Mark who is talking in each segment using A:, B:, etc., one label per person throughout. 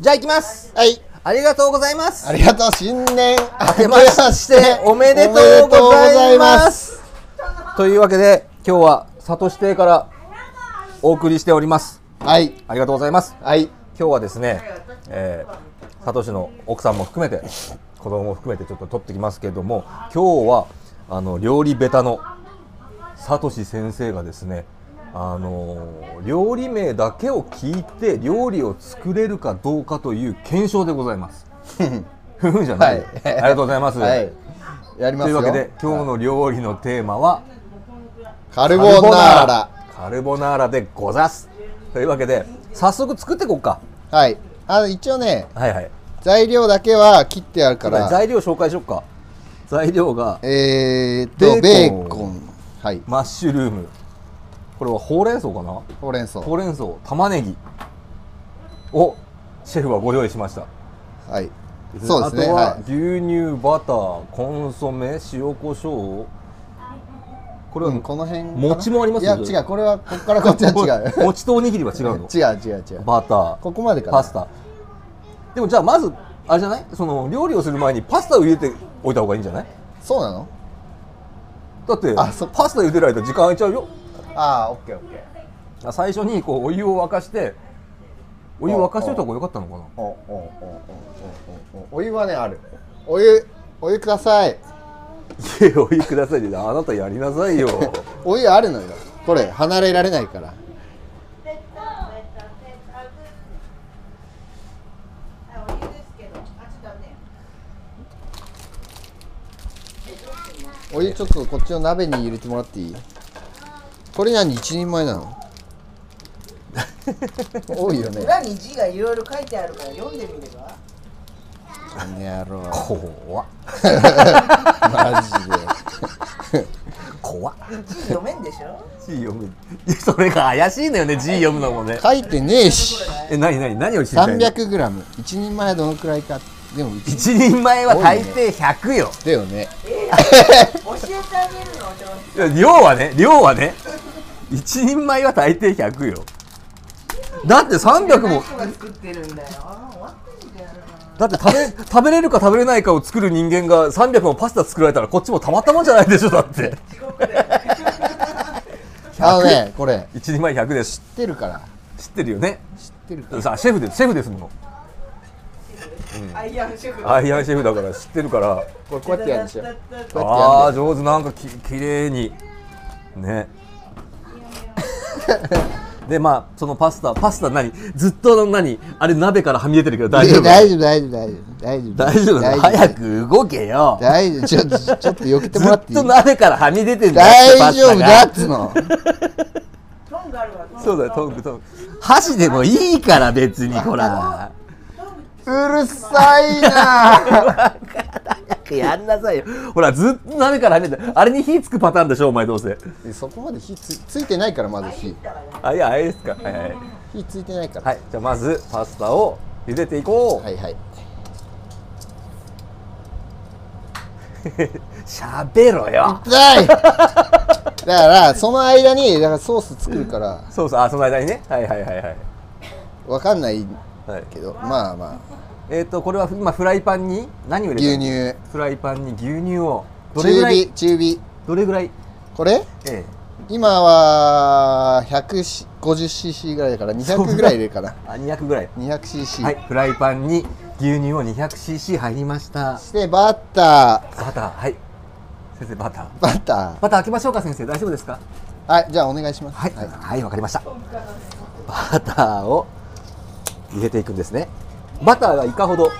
A: じゃあ行きます。
B: はい。
A: ありがとうございます
B: あ。りがとう。新年明
A: 明けまして おめでとうございま。す。というわけで今日は佐渡指定からお送りしております。
B: おめでとうございます
A: ありがとうございます。
B: はい。はい。
A: 今日はですね、えー、サトシの奥さんも含めて子供も含めてちょっと撮ってきますけども今日はあの料理ベタのサトシ先生がですねあのー料理名だけを聞いて料理を作れるかどうかという検証でございます。ふふんじゃない、ありがとうございます。
B: はい。やり
A: と
B: ます
A: いう
B: よ。
A: わけで今日の料理のテーマは
B: カルボナーラ。
A: カルボナーラでござす。というわけで早速作っていこうか。
B: はい。あ、一応ね、
A: はいはい。
B: 材料だけは切ってあるから。
A: 材料紹介しよっか材料が
B: えーっと、
A: ベ
B: ベ
A: ーコン
B: ーコン。はい。
A: マッシュルームこれはほうれん草かな
B: ほうれん草。
A: ほうれん草玉ねぎをシェフはご用意しました
B: はい。そう
A: あ
B: ですね。
A: とは
B: は
A: 牛乳バターコンソメ塩コショウこ
B: い。
A: れは、
B: うんこの辺かな。
A: 餅もあります
B: い
A: よ
B: や、違う。これは、こっからこっちは違う。
A: 餅とおにぎりは 違うの
B: 違う違う違う。
A: バター
B: ここまでかな。
A: パスタでもじゃあまずあれじゃないその料理をする前にパスタを茹でておいた方がいいんじゃない
B: そうなの
A: だって
B: あそっ
A: パスタ茹でられたら時間空いちゃうよ
B: ああ、オッケーオッケー。
A: 最初にこうお湯を沸かしてお湯を沸かしておいた方が良かったのかな
B: おおおおおおお湯はねあるお湯お湯ください
A: いやお湯くださいであなたやりなさいよ
B: お湯あるのよこれ離れられないからお湯ちょっとこっちの鍋に入れてもらっていいこれ何一人前なの多いよね
C: 裏に字がいろいろ書いてあるから読んでみれば
B: この野郎
A: 怖っ
B: マジで
A: 怖っ
C: 字読めんでしょ
A: G 読むいやそれが怪しいのよね G 読むのもね
B: 書いてねえし
A: え何何何を知りたいの
B: 300g 一人前どのくらいかでも一人
A: 一人前は大抵100よ
B: だよね
C: 教えてあげ
A: い
C: るのお上
A: や量はね量はね一人前は大抵100よだって300
C: 手な
A: も
C: 人が作ってるんだよあー終わってんじゃん
A: だって食べ食べれるか食べれないかを作る人間が300もパスタ作られたらこっちもたまったまじゃないでしょだって
B: あのねこれ
A: 一人前100です
B: 知ってるから
A: 知ってるよね
B: 知ってるから
A: さあシェフですシェフですもの
C: アイアンシェフ
A: アイアンシェフだから知ってるから
B: これこうやってやるでしょこう
A: あ
B: や
A: あ
B: ってやるんだよ
A: 上手なんかき綺麗にねでまあそのパスタパスタ何ずっと何あれ鍋からはみ出てるけど大丈夫
B: 大丈夫大丈夫大丈夫大丈夫
A: 大丈夫なの早く動けよ
B: 大丈夫ちょっとちょっと避けて
A: ず
B: もらって
A: っ
B: いい
A: と鍋からはみ出てんだよ
B: 大丈夫だっ
A: パスタが
B: つの
C: トングあるわトング
A: そうだよトングトング箸でもいいから別にほら
B: うるさいな
A: 早くやんなさいよほらずっと鍋からはみ出てあれに火つくパターンでしょお前どうせ
B: そこまで火つついてないからまず火
A: あいやあれですかはいはい
B: 火ついてないか
A: は
B: ら
A: い、じゃあまずパスタを茹でていこう。
B: はいはい
A: しゃべろよ。
B: 痛いだからその間にだからソース作るから
A: そうそう、あ、その間にね。はいはいはいはい。
B: わかんない
A: はい、
B: けどまあま
A: えっ、と、これは今フライパンに何を
B: あ
A: 入れ
B: 牛
A: たの
B: 乳
A: フライパンに牛乳を。どれぐ
B: 中
A: らい
B: 火中火
A: どれぐらい
B: これ
A: え
B: 今は 150cc ぐらいだから200ぐらい入れるかな
A: えあ、200ぐらい。
B: 200cc、
A: はい、フライパンに牛乳を 200cc 入りました。
B: してバタ
A: バター、はい。先生、バター。
B: ーバタ
A: バター開けましょうか、先生。大丈夫ですか
B: ーはいじゃあお願いします
A: はい、はい、わ、かりました。バターを入れていくんですね。バターがいかほ ど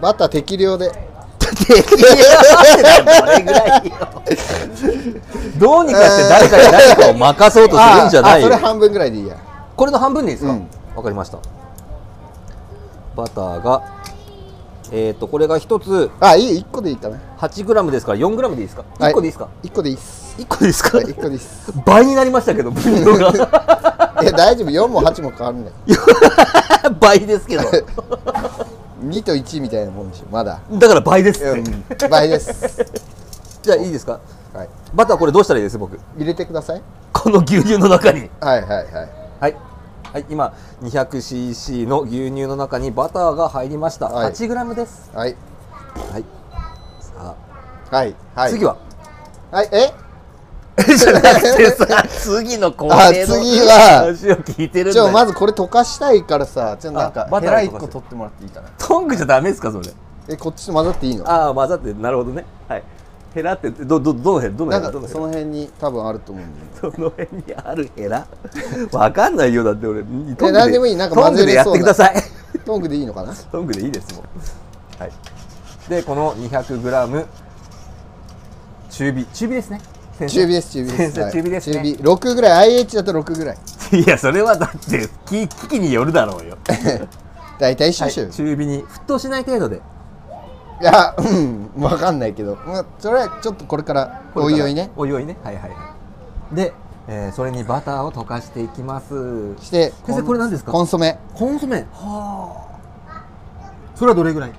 B: バター適量で
A: どれぐらいよどうにかして誰かに誰かを任そうとするんじゃない
B: あ
A: よ
B: あそれ半分ぐらいでいいや
A: これの半分でいいですか
B: う
A: わ、
B: ん
A: かりましたバターがえっ、とこれが一つ
B: あいい1個でいいかな
A: 8g ですから 4g でいいですか、
B: は
A: 1個でいいですか
B: 1個でいいっす
A: 1個でいいですか
B: はい1個でいいっす
A: 倍になりましたけど分量 が
B: いや大丈夫4も8も変わるんだよ
A: 倍ですけど
B: 2と1みたいなもんでしょまだ
A: だから倍ですって、
B: うん倍です、
A: じゃあいいですか
B: はい、
A: バターこれどうしたらいいです僕
B: 入れてください
A: この牛乳の中に
B: はいはいはい
A: はいはい、今 200cc の牛乳の中にバターが入りました。
B: はい
A: 8g です。
B: はい
A: はい。さあ、
B: はいはい
A: 次 は
B: はいえ
A: じゃなくてさ、 次の工
B: あ次は
A: 話を聞いてるん
B: ち
A: だ
B: ょ
A: よ。
B: まずこれ溶かしたいからさちょなんか
A: あバター
B: ヘラ
A: で
B: 一
A: 溶かす
B: 個取ってもらっていいかな
A: トングじゃダメですかそれ。
B: えこっちと混ざっていいの
A: ああ、混ざってなるほどね。はい。ヘラってどどどのヘラどのヘ
B: な
A: ラ
B: ん
A: ど
B: か
A: のヘ
B: そ
A: ラ
B: の辺に多分あると思うんだよね
A: その辺にあるヘラ わかんないよだって俺。トングで
B: 何でもいいなんか
A: トン
B: 混
A: グ
B: ぜ
A: で
B: れ
A: やっ
B: そう
A: て
B: な
A: ください。
B: トングでいいのかな
A: トングでいいですもん。はい。でこの 200g 中火中火ですね。先生
B: 中火です中火で
A: 先
B: す
A: 生
B: はい
A: 中火ですね
B: 中火6ぐらい IH だと6ぐらい
A: いやそれはだって機機器によるだろうよ。
B: 大体一緒一緒よ
A: 中火に沸騰しない程度で。
B: いや、うん、わかんないけど、まあ、それはちょっとこれからおいおいね、
A: おいおいね。はいはいはい。で、えーそれにバターを溶かしていきます。
B: して、
A: 先生
B: コン
A: これ何ですか
B: コンソメ、
A: コンソメ。はあ。それはどれぐらい？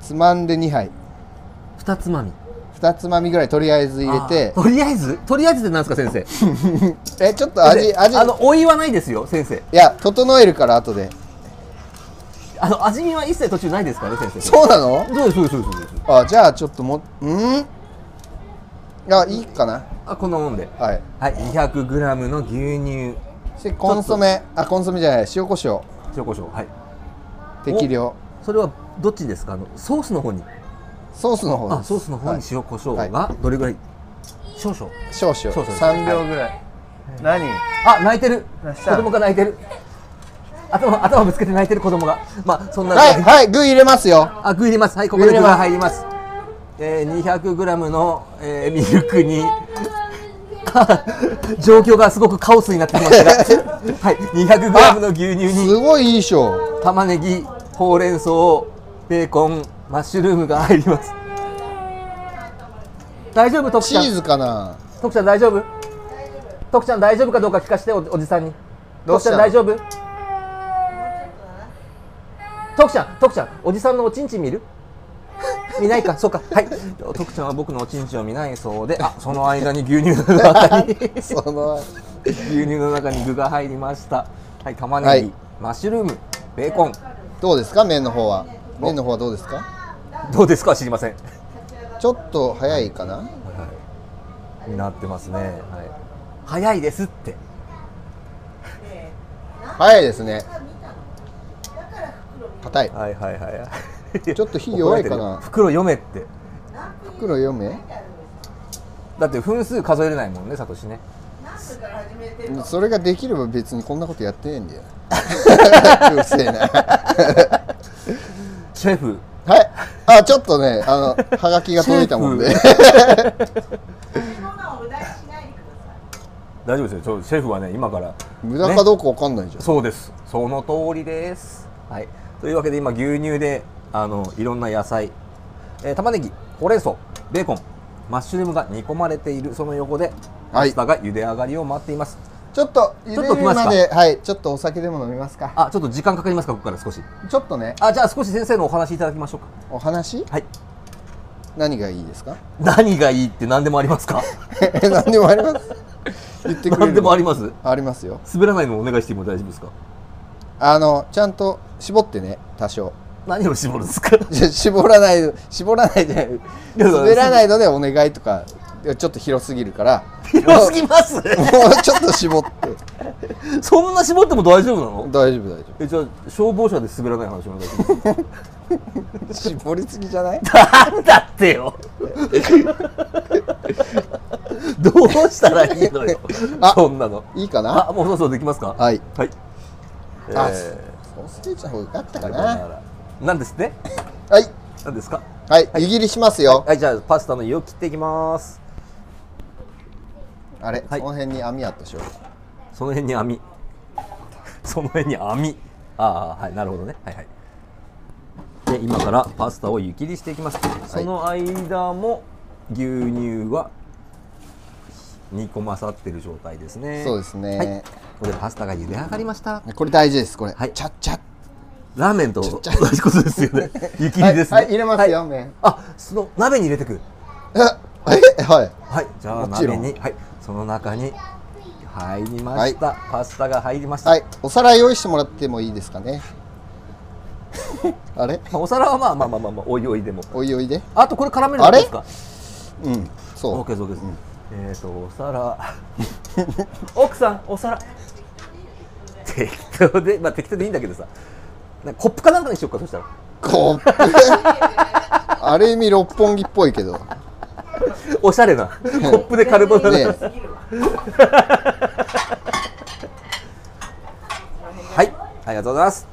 B: つまんで2杯、
A: 二つまみ。
B: 2つまみぐらいとりあえず入れて
A: あー、とりあえずとりあえずってなんですか先生。
B: え、ちょっと 味、
A: 先生
B: 味、
A: あのお湯はないですよ先生。
B: いや、整えるから、後で。
A: あの味見は一切途中ないですからね先生。
B: そうなの
A: そうですそうですそうですそうです。
B: あ、じゃあちょっとも、うんいや、いいかな。
A: あこんなもんで。
B: はい。
A: はい、200g の牛乳
B: して、コンソメ、あ、コンソメじゃない、塩コショウ、
A: 塩コショウはい
B: 適量。
A: それはどっちですかあのソースの方に
B: ソースの方です。
A: あソースの方に塩コショウ
B: は
A: がどれぐらい、少々
B: い少々、
A: 少々です
B: 3秒ぐらい。何
A: あ泣いてる
B: よっ
A: 子
B: しゃ
A: 供が泣いてる頭頭ぶつけて泣いてる子供がまあそんな、
B: はい、はい、具入れますよ。
A: あ具入れますはいここで具
B: 具入れま
A: が
B: す
A: 入りますえー、200g の、えー、ミルクに 状況がすごくカオスになってきました がはい 200g の牛乳に
B: すごいいいでしょ。
A: 玉ねぎほうれん草ベーコンマッシュルームが入ります大丈夫徳
B: チ
A: ちゃ
B: ー
A: ん
B: ズかな
A: 徳ちゃん大丈夫徳ちゃん大丈夫かどうか聞かせておおじさんに
B: どう
A: 徳
B: し
A: ち
B: た
A: ゃん
B: の
A: 大丈夫徳ちゃん徳ちゃんおじさんのおちんちん見る 見ないかそうかはい徳ちゃんは僕のおちんちんを見ないそう であその間に牛乳 の中に
B: その
A: 牛乳の中に具が入りましたはい玉ねぎ、
B: はい
A: マッシュルームベーコン
B: どうですか麺の方は麺の方はどうですか
A: どうですか知りません
B: ちょっと早いかな
A: はい、 になってますね、はい、早いですって
B: 早いですね硬い
A: はいはいはいち
B: ちょっと火弱いかな
A: 袋読めって
B: 袋読め
A: だって分数数えれないもんねサトシね
C: 何から始めてる
B: それができれば別にこんなことやってねえんだよ うるせえな
A: シェフ
B: はいあちょっとねあのはがきが届いたもんで
A: シ
C: そんなお題しないでください
A: 大丈夫ですよちょシェフはね今から
B: 無駄かどうかわかんないじゃん、
A: そうですその通りですはいというわけで今牛乳であのいろんな野菜、えー玉ねぎほうれん草ベーコンマッシュルームが煮込まれているその横でパ
B: はい
A: スタが茹で上がりを待っています、
B: ちょっと茹
A: ちょっ
B: で
A: と
B: る
A: 来ますか
B: まではいちょっとお酒でも飲みますか
A: あちょっと時間かかりますかここから少し
B: ちょっとね
A: あじゃあ少し先生のお話いただきましょうか
B: お話
A: はい
B: 何がいいですか
A: 何がいいって何でもありますか
B: え 何でもあります言ってくれる
A: 何でもあります
B: ありますよ
A: 滑らないのお願いしても大丈夫ですか
B: あのちゃんと絞ってね多少
A: 何を絞るんです か
B: じゃ絞らない絞らないじゃない
A: や
B: 滑らないのでお願いとかいやちょっと広すぎるから
A: 広すぎます
B: もうちょっと絞って
A: そんな絞っても大丈夫なの
B: 大丈夫大丈
A: えじゃあ消防車で滑らない話も大丈夫
B: 夫絞りすぎじゃない
A: なん だって よどうしたらいいのよ
B: あ
A: そんなの
B: いいかな
A: あもうそろそろできますか
B: はい
A: はい
B: あ
A: え
B: ソーセージの方が良かった
A: ー
B: か
A: カルボ
B: な
A: ナーラなんですね
B: はい
A: なんですか
B: はい湯切りしますよ
A: はいじゃあパスタの湯を切っていきます
B: あれこ
A: はい
B: の辺に網あったでしょ
A: その辺に網。その辺に網。ああ、はい、なるほどね。はいはい。で、今からパスタを湯切りしていきます。その間も牛乳は煮込まさってる状態ですね。
B: そうですね
A: はい。ここでパスタが茹で上がりました。
B: これ大事ですこれ
A: はい
B: ちゃっちゃっ
A: ラーメンと同じことですよ ね。湯切
B: は
A: り
B: い
A: ですね。
B: はい入れますよ
A: はい
B: 麺
A: あ、その鍋に入れてくる。
B: ええはい
A: はい、じゃあ
B: もちろ
A: 鍋
B: ん
A: に、はい、その中に入りました、パスタが入りました、
B: はい、お皿用意してもらってもいいですかね。あれ、
A: まあ、お皿はまあまあまあまあ、まあ、おいおいでも
B: おいおいで。
A: あとこれ絡めるんですか
B: うん、
A: オ
B: そ
A: ーケーですオーケーです、えっ、ー、とお 皿奥さんお皿適当でまあ適当でいいんだけどさなんかコップかなんかにしようかそしたら
B: う。こう。 ある意味六本木っぽいけど。
A: おしゃれなコップでカルボナーラ、
B: ね
C: すぎるわ
A: はいありがとうございます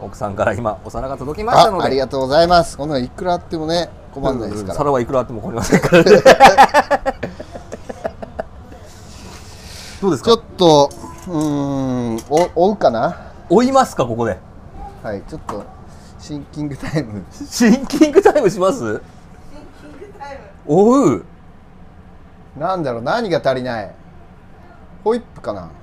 A: 奥さんから今お皿が届きましたの
B: あ、
A: で
B: ありがとうございます。こんなのいくらあってもね、困んないですから。
A: 皿はいくらあっても困りませんからね どうです
B: ちょ
A: か
B: っと、うーん、お、追うかな。
A: 追いますかここで
B: はい、ちょっと。シンキングタイム。
A: シンキングタイムします
C: シンキングタイム
A: 追う
B: なんだろう、何が足りない。ホイップかな。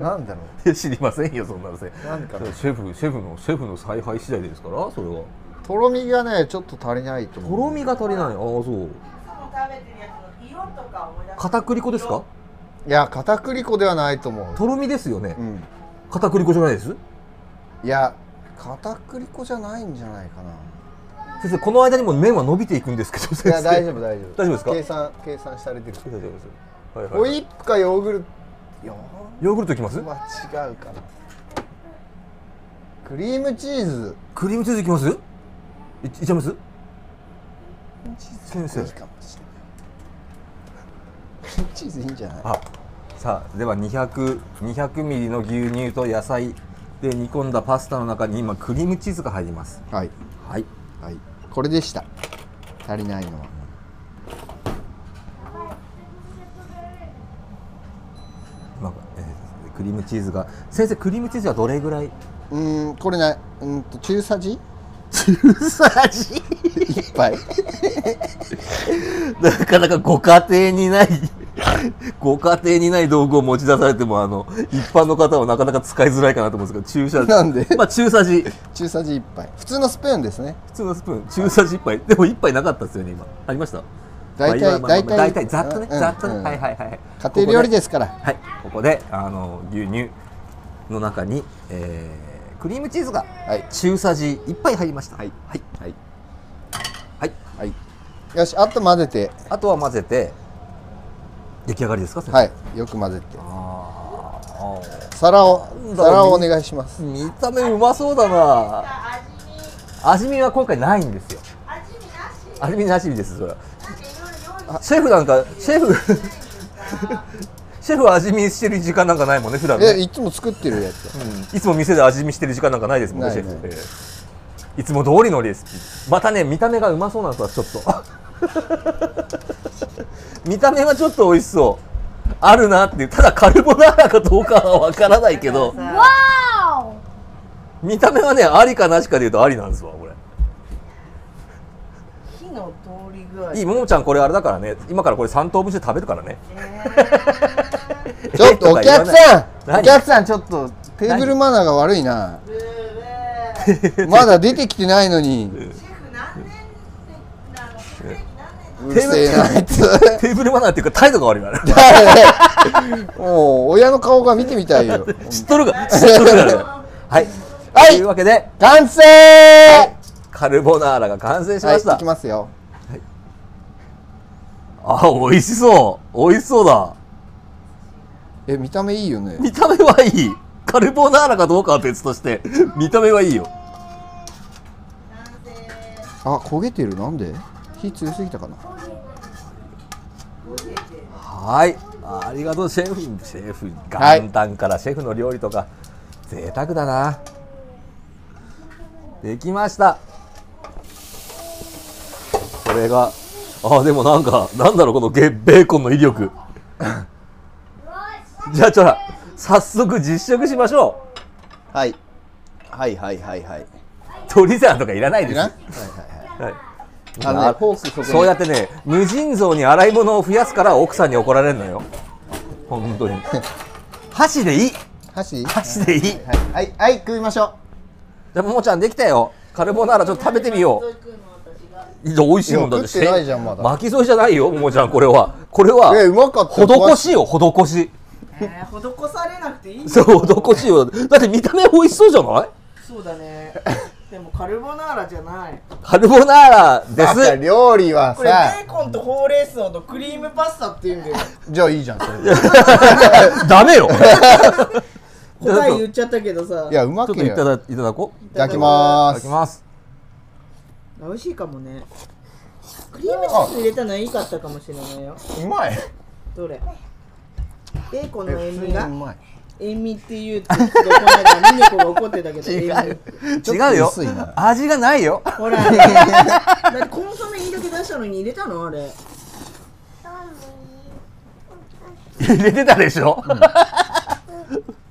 B: なんだろ
A: いや 知りませんよそんなのせ
B: う。なんかな。
A: シェフシェフのシェフの采配次第ですからそれは
B: とろみがねちょっと足りないと思
A: と
B: う
A: ろみが足りないああそう
C: いつも食べてるやつの色とか思い出す
A: 片栗粉ですか
B: いや片栗粉ではないと思う、
A: とろみですよね
B: うん、
A: 片栗粉じゃないです
B: いや片栗粉じゃないんじゃないかな
A: 先生この間にも麺は伸びていくんですけど先生
B: いや大丈夫大丈夫
A: 大丈夫ですか
B: 計算計算されてる
A: 大丈夫ですはいはい
B: ホ
A: はい
B: イップかヨーグルトヨ
A: ヨーグルトいきま
B: ー
A: す
B: グルトは違うかなクリームチーズ
A: クリームチーズいきますいいっちゃいます
B: クリーム
A: 先生
B: チーズいいかもしれないクリームチーズいいんじゃない
A: あさあでは200 200ミリの牛乳と野菜で煮込んだパスタの中に今クリームチーズが入ります
B: はい
A: はい
B: はいこれでした足りないのは
A: 今、えークリームチーズが先生クリームチーズはどれぐらいう
B: ーんこれなうんと中さじ
A: 中さじ
B: 一杯
A: なかなかご家庭にない ご家庭にない道具を持ち出されてもあの一般の方はなかなか使いづらいか なと思うんですけど注射
B: なんで
A: まあ注射時
B: 中さじ1杯普通のスプーンですね
A: 普通のスプーン注射時一杯でも一杯なかったですよね今ありました
B: 大体
A: まあまあまあまあ
B: 大体
A: 大体ざっとね
B: うん
A: ざっとね、
B: うん
A: はいはいはい
B: 家庭料理ですすから
A: はいここであの牛乳の中に、えークリームチーズが
B: はい
A: 注射時一杯入りましたはいはい、
B: はい、
A: はい、
B: よしあと混ぜて
A: あとは混ぜて出来上がりですか先生
B: はいよく混ぜて
A: あー
B: 皿を
A: なんだろう
B: 皿をお願いします
A: 見た目うまそうだな
C: 味見
A: 味見は今回ないんですよ
C: 味見なし
A: 味見なしですそれは
C: なんかいろいろ用意
A: シェフなんかシェフ シェフは味見してる時間なんかないもんね普段
B: え
A: ね、
B: いつも作ってるやつ
A: うんいつも店で味見してる時間なんかないですもんね
B: ない
A: シェ
B: ね
A: フ、ええいつも通りのレシピまたね見た目がうまそうなんですわちょっと 見た目はちょっと美味しそうあるなっていうただカルボナーラかどうかはわからないけど
C: さわ
A: 見た目はねありかなしかで言うとありなんですわこれ
C: 火の通り具合
A: いいももちゃんこれあれだからね今からこれ3等分して食べるからね
B: ちょっとお 客 さん
A: 何
B: お客さんちょっとテーブルマナーが悪いな
C: ブーブー
B: まだ出てきてないのに
C: シェフ何年ってあのシェフ歴何年
B: うるせえなあいつ
A: テーブルマナーっていうか態度が悪いからね
B: もう親の顔が見てみたいよ
A: 知っとるが知っとるからねはい、
B: はい
A: というわけで
B: 完成は
A: カルボナーラが完成しま
B: い
A: した、
B: いきますよ
A: あ美味しそう美味しそうだ
B: え見た目いいよね
A: 見た目はいいカルボナーラかどうかは別として見た目はいいよ
C: なんで
B: あ焦げてるなんで火強すぎたかな
A: はいありがとうシェフシェフ
B: はい
A: 元旦からシェフの料理とか贅沢だなできましたこれがあでもなんかなんだろうこのゲベーコンの威力じゃあちょっと早速実食しましょ
B: はいはいはいはいはい。
A: う鶏皿とかいらないで
B: い
A: す
B: らん
A: は
B: はいはい
A: い
B: あのね
A: まあ
B: フォークそこに
A: そうやってね無尽蔵に洗い物を増やすから奥さんに怒られるのよ本 当に箸でいい
B: はい。箸
A: 箸でいいじ
B: はいはい、はい、食いましょ
A: ゃあももちゃんできたよカルボナーラちょっと食べてみよ
C: う
A: うじゃあ美味しいもんだって
B: いや食ってないじゃんまだ
A: 巻き添えじゃないよももちゃんこれはこれは
B: えうまかったよ
A: 施しよ施し
C: えー、施されなくていいんだ
A: そう施しよだって見た目美味しそうじゃない
C: そうだ ねでもカルボナーラじゃない
A: カルボナーラで
B: だから
A: す
B: 料理は
C: これ
B: さ
C: ベーコンとほうれん草とクリームパスタって いうんだよ
B: じゃあいいじゃんそれで
A: ダメよちょっ
C: 答え
A: と
C: 言っちゃったけどさ
B: いやうま
A: ちょっ
B: く
A: といた
B: よ
A: だいただこうい
B: いただきま
A: ただ
B: ーす
A: きます
C: 美味しいかもねクリームチーズ入れたのはいいかったかもしれないよ
B: うまい
C: どれベーコン
B: え
C: の
B: 普
C: 塩
B: 通
C: 味
B: に
C: が
B: うまい
C: 塩味って言うって言ってこの間ミネコが怒ってたけど
B: 違う
C: 塩味
B: ちょっ
A: 違
B: と
A: うよ
B: 薄いな
A: 味がないよ
C: ほらだってコンソメいいだけ出したのに入れたのあれ
A: 入れてたでしょ、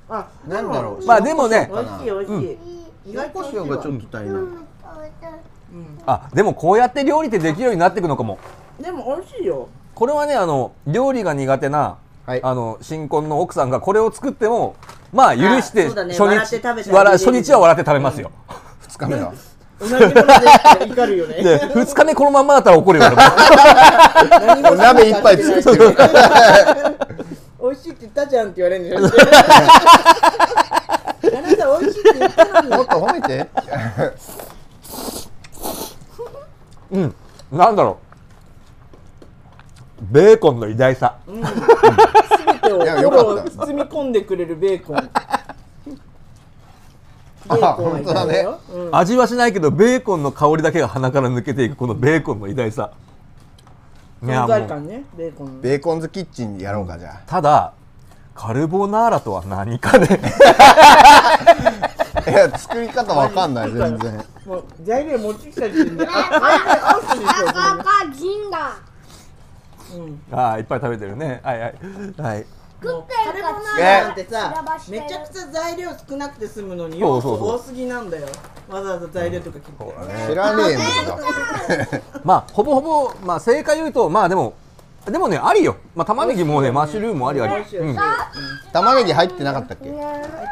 C: あ
B: なんだろう
A: まあでもね
C: 美味しい美味しい、意外と美味しいわ
B: っと足りない
C: うん
A: あでもこうやって料理ってできるようになっていくのかも
C: でも美味しいよ
A: これはねあの料理が苦手な、
B: はい
A: あの新婚の奥さんがこれを作ってもまあ許して
C: あそうだね
A: 初
C: 笑って食べたり
A: 日わら初日は笑って食べますよ、
B: 2日目 は
C: 同じもので怒るよね
A: で2日目このまんまだったら怒るよ 俺も
C: 何も
B: お鍋一杯作ってる
C: 美味しいって言ったじゃんって言われるんでしょあなた美味しいって言ったの
B: もっ
C: に
B: と褒めて
A: うんなんだろうベーコンの偉大さ
C: 全てを
B: いやよか
C: 心
B: っ
C: を
B: た
C: 包み込んでくれるベーコンベーコンはいただよ、うん、
A: 味はしないけどベーコンの香りだけが鼻から抜けていくこのベーコンの偉大さいや
C: 存在
A: もう
C: 感ねベーコンの
B: ベーコンズキッチンやろうかじゃ
A: ただカルボナーラとは何かね
B: あいや作り方わかんない全然
C: もう材料持ってきた時 点でああああでしょこれうん
A: ああいっぱい食べてるねはいはいはい
C: もうカルボナーラなんてさ、めちゃくちゃ材料少なくて済むの
A: そ
C: に
A: う
C: 要
A: そうそ
C: 素
A: う
C: 多すぎなんだよ。わざわざ材料とか切って。
B: 知らねえもんだ
A: まあほぼほぼ、まあ、正解言うとまあでもでもねありよ、まあ、玉ねぎもねマッシュルームもありあり、
C: 美味しい
A: うん、い
C: 美味しい
B: 玉ねぎ入ってなかったっけ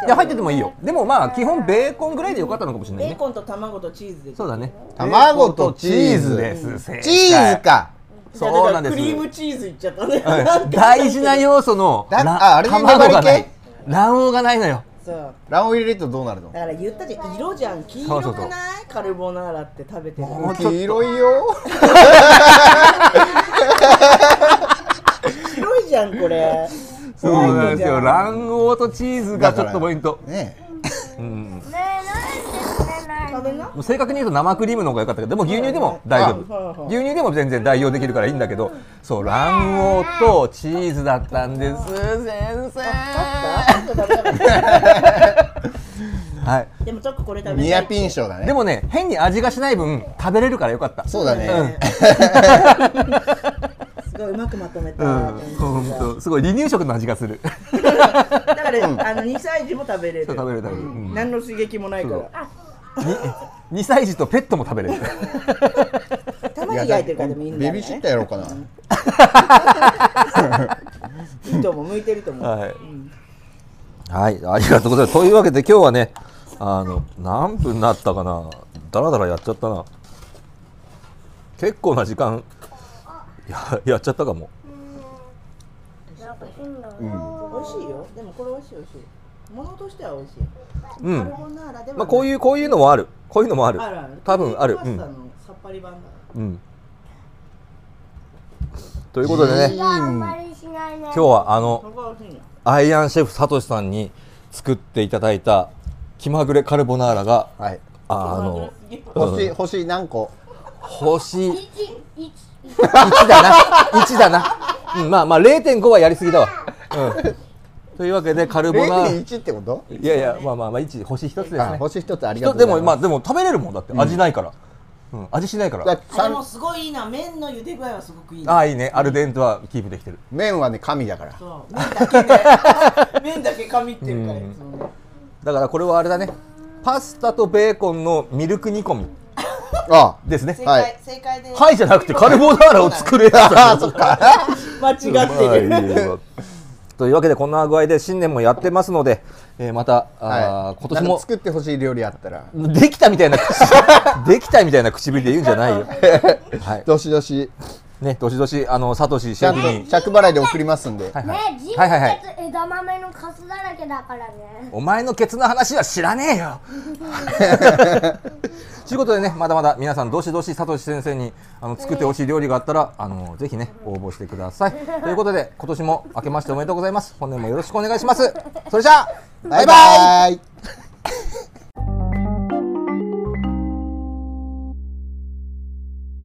A: や入っててもいいよでもまあ基本ベーコンぐらいでよかったのかもしれな
C: ベ
A: い
C: ー
A: ね
C: コンと卵とチーズで。
A: そうだね
B: 卵とチーズ
A: ベーコンとチーズです正解
B: チーズか
A: そうなんです
C: だからクリームチーズいっちゃったね。
A: はい大事な要素の
B: だ
A: ら
B: ああれで
A: 卵が
B: 粘
A: な
B: り
A: い
B: 系
A: 卵黄がないのよ
C: そう。
B: 卵を入れるとどうなるの
C: だから言ったじゃん色じゃん黄
A: そ
C: 色
A: うそう
C: く
A: そう
C: ないカルボナーラって食べてる。
A: もうちょっと
B: 黄色いよ
C: 白いじゃんこれ。
A: そうなんですよ卵黄とチーズがちょっとポイント、
B: ねえ
A: うん、
C: 食べな。
A: もう正確に言うと生クリームの方が良かったけどでも牛乳でも大丈
C: はい
A: 夫
C: はい
A: 牛乳でも全然代用できるからいいんだけどそう卵黄とチーズだったんです先生はい
C: でもちょっとこれ食べたい。
B: ニアピン賞だね
A: でもね変に味がしない分食べれるからよかった
B: そうだね、
C: すごいうまくまとめた。
A: う
C: 本
A: ん
C: 当
A: 本当すごい離乳食の味がする
C: だから、あの二歳児も食べれる。
A: そう食べれる食べれるうん
C: 何の刺激もないから。
A: 2歳児とペットも食べれる
C: 玉
B: い
C: ね
B: や
C: ぎ焼いてるからでもいいんだ
B: ベ
C: よ
B: ビーシッ
C: ね。
B: ターやろうかな、
C: いいと思う、向いてると思う。
A: はい
C: うん
A: はいありがとうございますというわけで今日はねあの何分なったかなだらだらやっちゃったな結構な時間ややっちゃったかも
C: 美味しいよ。でもこれ美味しい美味しい。ものとしては美味しい。
A: うん
C: カルボナーラでも
A: まあこう
C: う
A: いうこういうのもあるこういうのもある
C: あるある。
A: 多分ある
C: パ
A: う
C: ス
A: ん
C: タのさっぱり版だ。
A: うんということでね
B: うん
A: 今日はあの
C: そこが美味しいよ。
A: アイアンシェフサトシさんに作っていただいた気まぐれカルボナーラが
B: はい
A: ああの
B: 星星何個
A: 星1だな1だな、うん、まあまあ0.5はやりすぎだわ、うん、というわけでカルボナー
B: 0.1ってこと
A: ラいやいやまあまあまあ1星1つです
B: あ
A: ね
B: 星一つありがと
A: 一
B: う
A: つ
B: ござ
A: で
B: い
A: もまあ
B: ます
A: でも食べれるもんだって味ないから、うん味しないから
B: だ
C: あで
B: さ
C: も
B: ん
C: すごいいいな。麺の茹で具合はすごくいいな。
A: ああいいねアルデンテはキープできてる
B: 麺はね神だから
C: そう。麺だけで麺だけ噛みってるからいつもね。
A: だからこれはあれだねパスタとベーコンのミルク煮込み
B: あ
A: ですね
C: 正
B: は
C: 解
B: い
C: 正解です。
A: はいじゃなくてカルボナーラを作れた
B: ああそっか
C: 間違ってる。
A: まあいいよというわけでこんな具合で新年もやってますので、えーまたあー、
B: はい、
A: 今年
B: なんか
A: も
B: 作ってほしい料理あったら、
A: できたみたいな 口できたみたいな唇で言うんじゃないよ。は
B: どしどし
A: い。ね、どしどしあのサトシシ
B: ちゃ
A: ェ
B: ん
A: フ
B: と
A: に。
B: 着払いで送りますんで、
A: はい
D: ね
A: はい
D: え、人
A: はいはいはい
D: 物枝豆のカスだらけだからね。
A: お前のケツの話は知らねえよ。 ということでね、まだまだ皆さんどしどしサトシ先生にあの作ってほしい料理があったら、あのぜひね応募してください。ということで今年も明けましておめでとうございます。本年もよろしくお願いします。それじゃあ、
B: バイバイ